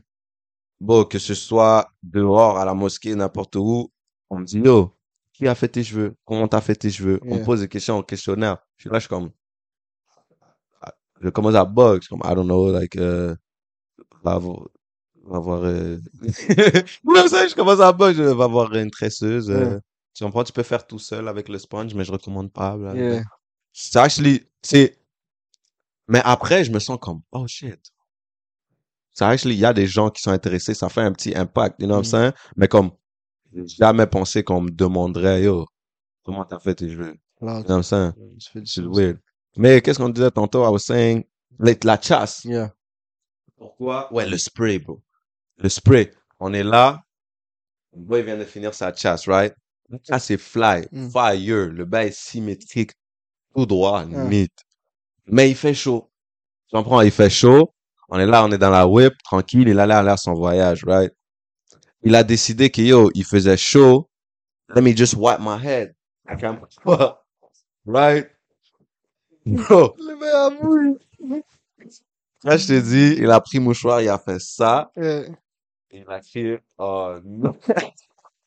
Bon, que ce soit dehors, à la mosquée, n'importe où, on me dit, yo, qui a fait tes cheveux? Comment t'as fait tes cheveux? On me Yeah. pose des questions au questionnaire. Je suis là, je suis comme, ah, je commence à bug, je suis comme, I don't know, like, euh, va avoir, va avoir, euh... Comme ça, je commence à bug, je vais avoir une tresseuse. euh, Tu comprends? Tu peux faire tout seul avec le sponge, mais je recommande pas. blablabla. Yeah. C'est actually, c'est. Mais après, je me sens comme, oh shit. C'est actually, il y a des gens qui sont intéressés, ça fait un petit impact, you know what I'm saying? Mais comme, j'ai jamais pensé qu'on me demanderait, yo, comment t'as fait tes jeux? Là, You know what I'm saying? ça fait du C'est sens. weird. Mais qu'est-ce qu'on disait tantôt? I was saying, la, la chasse. Yeah. Pourquoi? Ouais, le spray, bro. Le spray. On est là. Le boy vient de finir sa chasse, right? La chasse c'est fly, Mm. fire. Le bail est symétrique, tout droit, Ah. limite. Mais il fait chaud. Tu comprends? Il fait chaud. On est là, on est dans la whip, tranquille. Il allait aller à son voyage, right? Il a décidé que yo, il faisait chaud. Let me just wipe my head. I can't Right? Bro. Le mec à mouille. Là, je te dis, il a pris mouchoir, il a fait ça. Yeah. Et ma fille, oh non.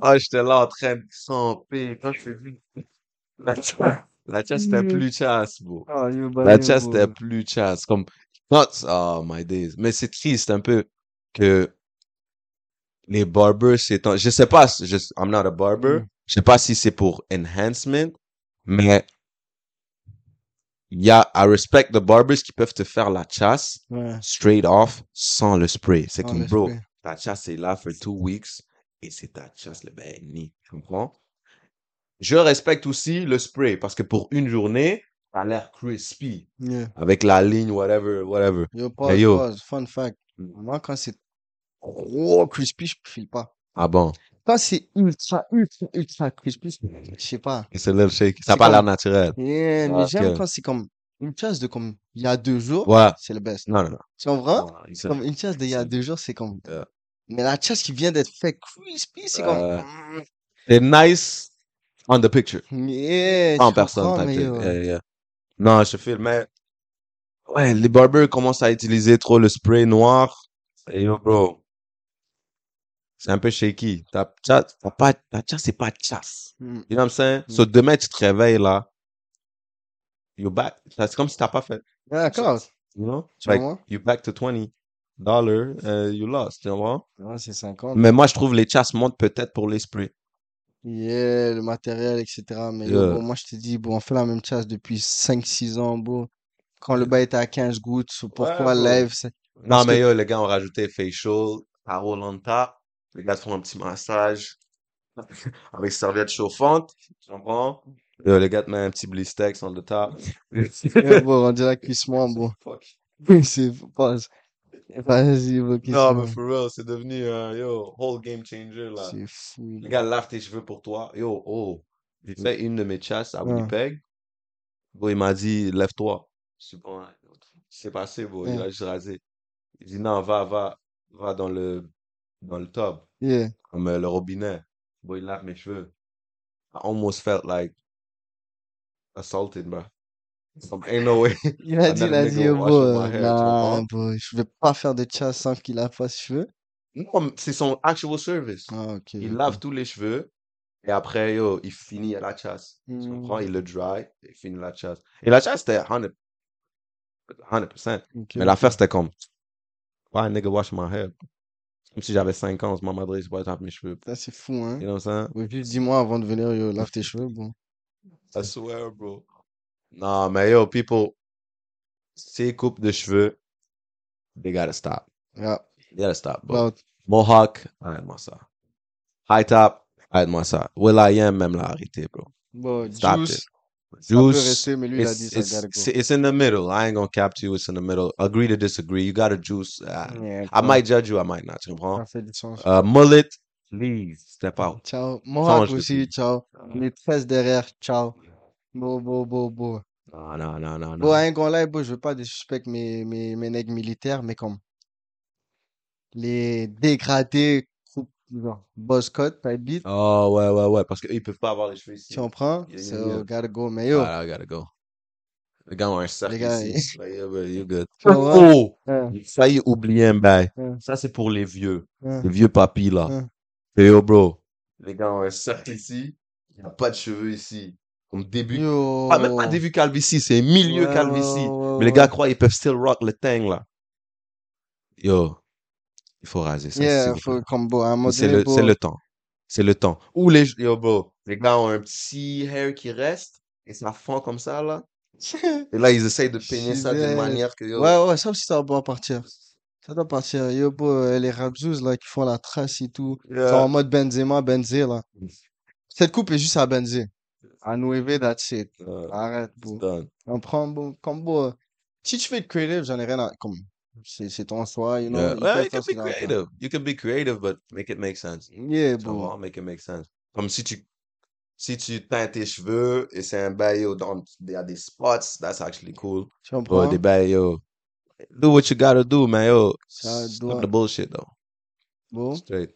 Oh, j'étais là en train de camper. Quand je suis venu, la chasse, la chasse, c'était Mhm. plus chasse, bro. Ah, you La baller, chasse, bro. c'était plus chasse. Comme, not- oh my days. Mais c'est triste un peu que les barbers, c'est, en- je sais pas, je, I'm not a barber. Mhm. Je sais pas si c'est pour enhancement, mais il y a, I respect the barbers qui peuvent te faire la chasse Ouais. straight off sans le spray. C'est Ah, comme, le bro, spray. ta chasse est là for two weeks et c'est ta chasse le béni. Tu comprends? Je respecte aussi le spray parce que pour une journée, t'as l'air crispy Yeah. avec la ligne, whatever, whatever. Yo, pause, yo. pause. Fun fact. Mm. Moi, quand c'est trop crispy, je file pas. Ah bon? Quand c'est ultra, ultra, ultra crispy, je sais pas. It's a little shaky. Ça n'a C'est pas comme- l'air naturel. Yeah, mais Ah, j'aime ok. quand c'est comme une chasse de comme il y a deux jours, Ouais. c'est le best. Non, non, non. Tu comprends? Non, it's a- Comme une chasse d'il y a deux jours, c'est comme. Yeah. Mais la chasse qui vient d'être faite crispy, c'est Euh, comme. C'est nice on the picture. Mm, Yeah, Pas en je personne, comprends, type mais euh, yo. thing. Yeah, yeah. Non, je filme, mais ouais, les barbers commencent à utiliser trop le spray noir. Et yo, bro, c'est un peu shaky. Ta chasse, t'as pas, ta chasse, c'est pas de chasse. Mm, You know what I'm saying? Mm. So, demain, tu te réveilles là. You're back. C'est comme si t'as pas fait. D'accord, You know? tu Like, vois? you're back to 20 dollars. Uh, you lost, tu vois? Non, c'est 50. Mais moi, je trouve les chasses montent peut-être pour les sprays. Yeah, le matériel, etc. Mais yo, Yeah. bon, moi, je te dis, bon, on fait la même chasse depuis 5-6 ans, bro. Quand le bail était à 15 gouttes, so pourquoi bro. live? c'est- Non, Parce mais que- yo, les gars ont rajouté facial, parole on top. Les gars te font un petit massage avec serviette chauffante. Tu comprends? Yo, les gars te mettent un petit blistex on the top. Yeah, bro, on dirait cuissement, bro. Fuck. C'est pause. Vas-y, bro, Non, cuissement. mais for real, c'est devenu un yo, whole game changer là. C'est fou. Les gars lavent tes cheveux pour toi. Yo, oh, j'ai fait une de mes chasses à Ouais. Winnipeg. Bon, il m'a dit, lève-toi. Je suis bon, hein. c'est passé, bon, il Ouais. a juste rasé. Il dit, non, va, va, va dans le, dans le tub. Yeah. comme euh, le robinet. Bon, il lave mes cheveux. I almost felt like assaulted, bro. Comme, ain't no way. Il a dit, il Another a nigga dit, will oh, wash bro, my euh, hair, tu nah, comprends? bro, je vais pas faire de chasse sans qu'il a pas ses cheveux. Non, mais c'est son actual service. Ah, ok. Il ok. lave tous les cheveux. Et après, yo, il finit à la chasse. Tu comprends? Hmm, Il le dry. Il finit la chasse. Et la chasse, c'était 100%. 100%. ok, Mais ok. l'affaire, c'était comme, why a nigga wash my hair? Comme si j'avais 5 ans, maman Madrid, je pourrais taper mes cheveux. Ça, c'est fou, hein. You know what I'm saying? Ouais, juste dis-moi avant de venir, yo, lave tes cheveux, bon. I swear, bro. Nah, mais yo, people, ces coupes de cheveux, they gotta stop. Yeah, They gotta stop, bro. bah, Mohawk, arrête-moi ça. High top, arrête-moi ça. Will I am, même l'a arrêté, bro. bah, Stop Juice, it. ça peut Juice, rester, mais lui, il a dit, it's, ça it's, gotta go. c'est- it's in the middle. I ain't gonna cap to you, it's in the middle. Agree to disagree. You gotta juice. Ah, Yeah, I bro, might judge you, I might not, tu comprends? Ça fait du sens. Euh, mullet, please, step out. Ciao. Mohawk Change de aussi, pays. ciao. Les tresses derrière, ciao. Bon, bon, bon, bon. Non, non, non, non, Bon, non. un grand live, bon, je veux pas disrespect mes, mes, mes nègres militaires, mais comme les dégradés, coupe Genre, boss cut, type beat. Oh, ouais, ouais, ouais, parce qu'ils peuvent pas avoir les cheveux ici. Si on prend, Yeah, yeah, so yeah. gotta go, mais yo. Ah, I gotta go. Le gars a un cercle Les gars, ici. Like, yeah, but you good. Oh, Tu comprends? Hein, Ça y est, oublié un bail. hein, Ça, c'est pour les vieux. hein. Les vieux papis, là. Hein. Et yo, bro. Les gars ont un cercle ici. Il n'y a pas de cheveux ici. Comme début. Yo. Ah, même pas début calvitie, c'est milieu Ouais, calvitie. ouais, ouais, Mais les ouais. gars croient qu'ils peuvent still rock le thing, là. Yo. Il faut raser ça. Yeah, c'est faut combo. À un moment c'est donné, le, bro, c'est le temps. C'est le temps. Ou les, yo, bro, les gars ont un petit hair qui reste et ça fond comme ça, là. Et là, ils essayent de peigner ça d'une Shit. manière que, yo, Ouais, ouais, ça aussi, ça doit partir. Ça doit partir. Yo, bro, euh, les Rabzouz, là, qui font la trace et tout. Ils sont en yeah. mode Benzema, Benzé, là. Cette coupe est juste à Benzé. À Nueve, that's it. Euh, Arrête, it's bro. done. On prend un bon combo. euh. Si tu fais de creative, j'en ai rien à. Comme, c'est c'est ton choix, you know. Yeah. il Well, fait you ça, can c'est be dans la- creative. You can be creative, but make it make sense. Yeah, Tu bro. comprends? Make it make sense. Comme si tu, si tu teins tes cheveux et c'est un bail, yo, dans, il y a des spots, that's actually cool. Tu Bro, comprends? des bails, yo. Do what you gotta do, man, yo. Ça Stop doit- the bullshit, though. Bon. Straight.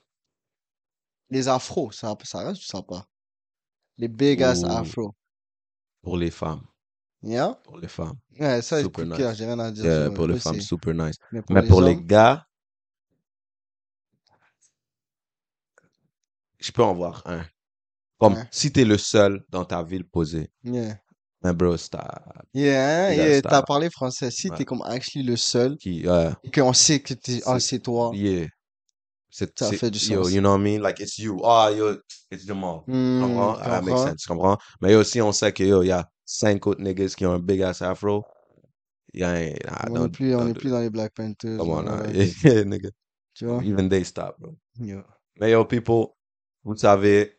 Les afros, ça, ça reste sympa. Les big ass Ouh. afros. Pour les femmes. Yeah? Pour les femmes. Ouais, ça, c'est Super plus nice. clair, j'ai rien à dire Yeah, sur euh, pour les eux, femmes, c'est- super nice. Mais pour Mais les pour les hommes, gars, je peux en voir un. Comme Ouais. si t'es le seul dans ta ville posé. yeah. Mais bro, c'est ta- Yeah, hein, Les gars, yeah, c'est t'as à- parlé français. Si Ouais. t'es comme actually le seul, qui, euh, et qu'on sait que t'es, ah, C'est- c'est toi. yeah. C'est, Ça c'est- fait du yo, sens. you know what I mean? Like, it's you. Ah, yo, it's Jamal. Tu Hmm, comprends? Ah, that makes comprends? sense, tu comprends? Mais yo, si on sait que yo, y a cinq autres niggas qui ont un big ass afro, y a un, ah, On n'est don't, plus, on don't est do plus that. dans les Black Panthers. Come on, là, ah, là, yeah, yeah, nigga. Tu vois? Even they stop, bro. Yeah. Mais yo, people, vous savez,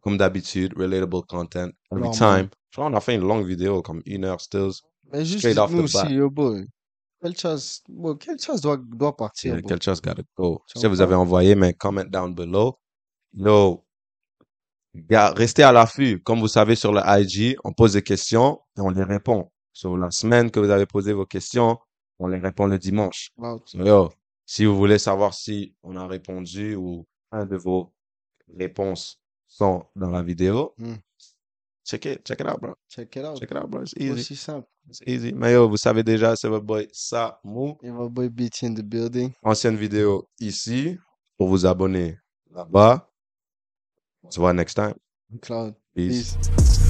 comme d'habitude, relatable content every Normal. time. Je crois qu'on a fait une longue vidéo, comme une heure stills. Mais juste Straight off dites-nous the bat. aussi, yo, boy. Quelle chose, bon, quelle chose doit, doit partir, Yeah, bro? quelque chose gotta go. Tu Si vous avez comprends? envoyé, mais comment down below. Yo, gars, restez à l'affût. Comme vous savez, sur le IG, on pose des questions et on les répond. Sur la semaine que vous avez posé vos questions, on les répond le dimanche. Wow. So, yo, si vous voulez savoir si on a répondu ou un de vos réponses sont dans la vidéo, Hmm. check it, check it out, bro. Check it out. Check it out, bro. It's easy. Aussi simple. It's easy. Mais yo, vous savez déjà, c'est votre boy Samu. Et votre boy BT in the building. ancienne vidéo ici pour vous abonner là-bas. On se voit next time. Cloud. Peace. Peace.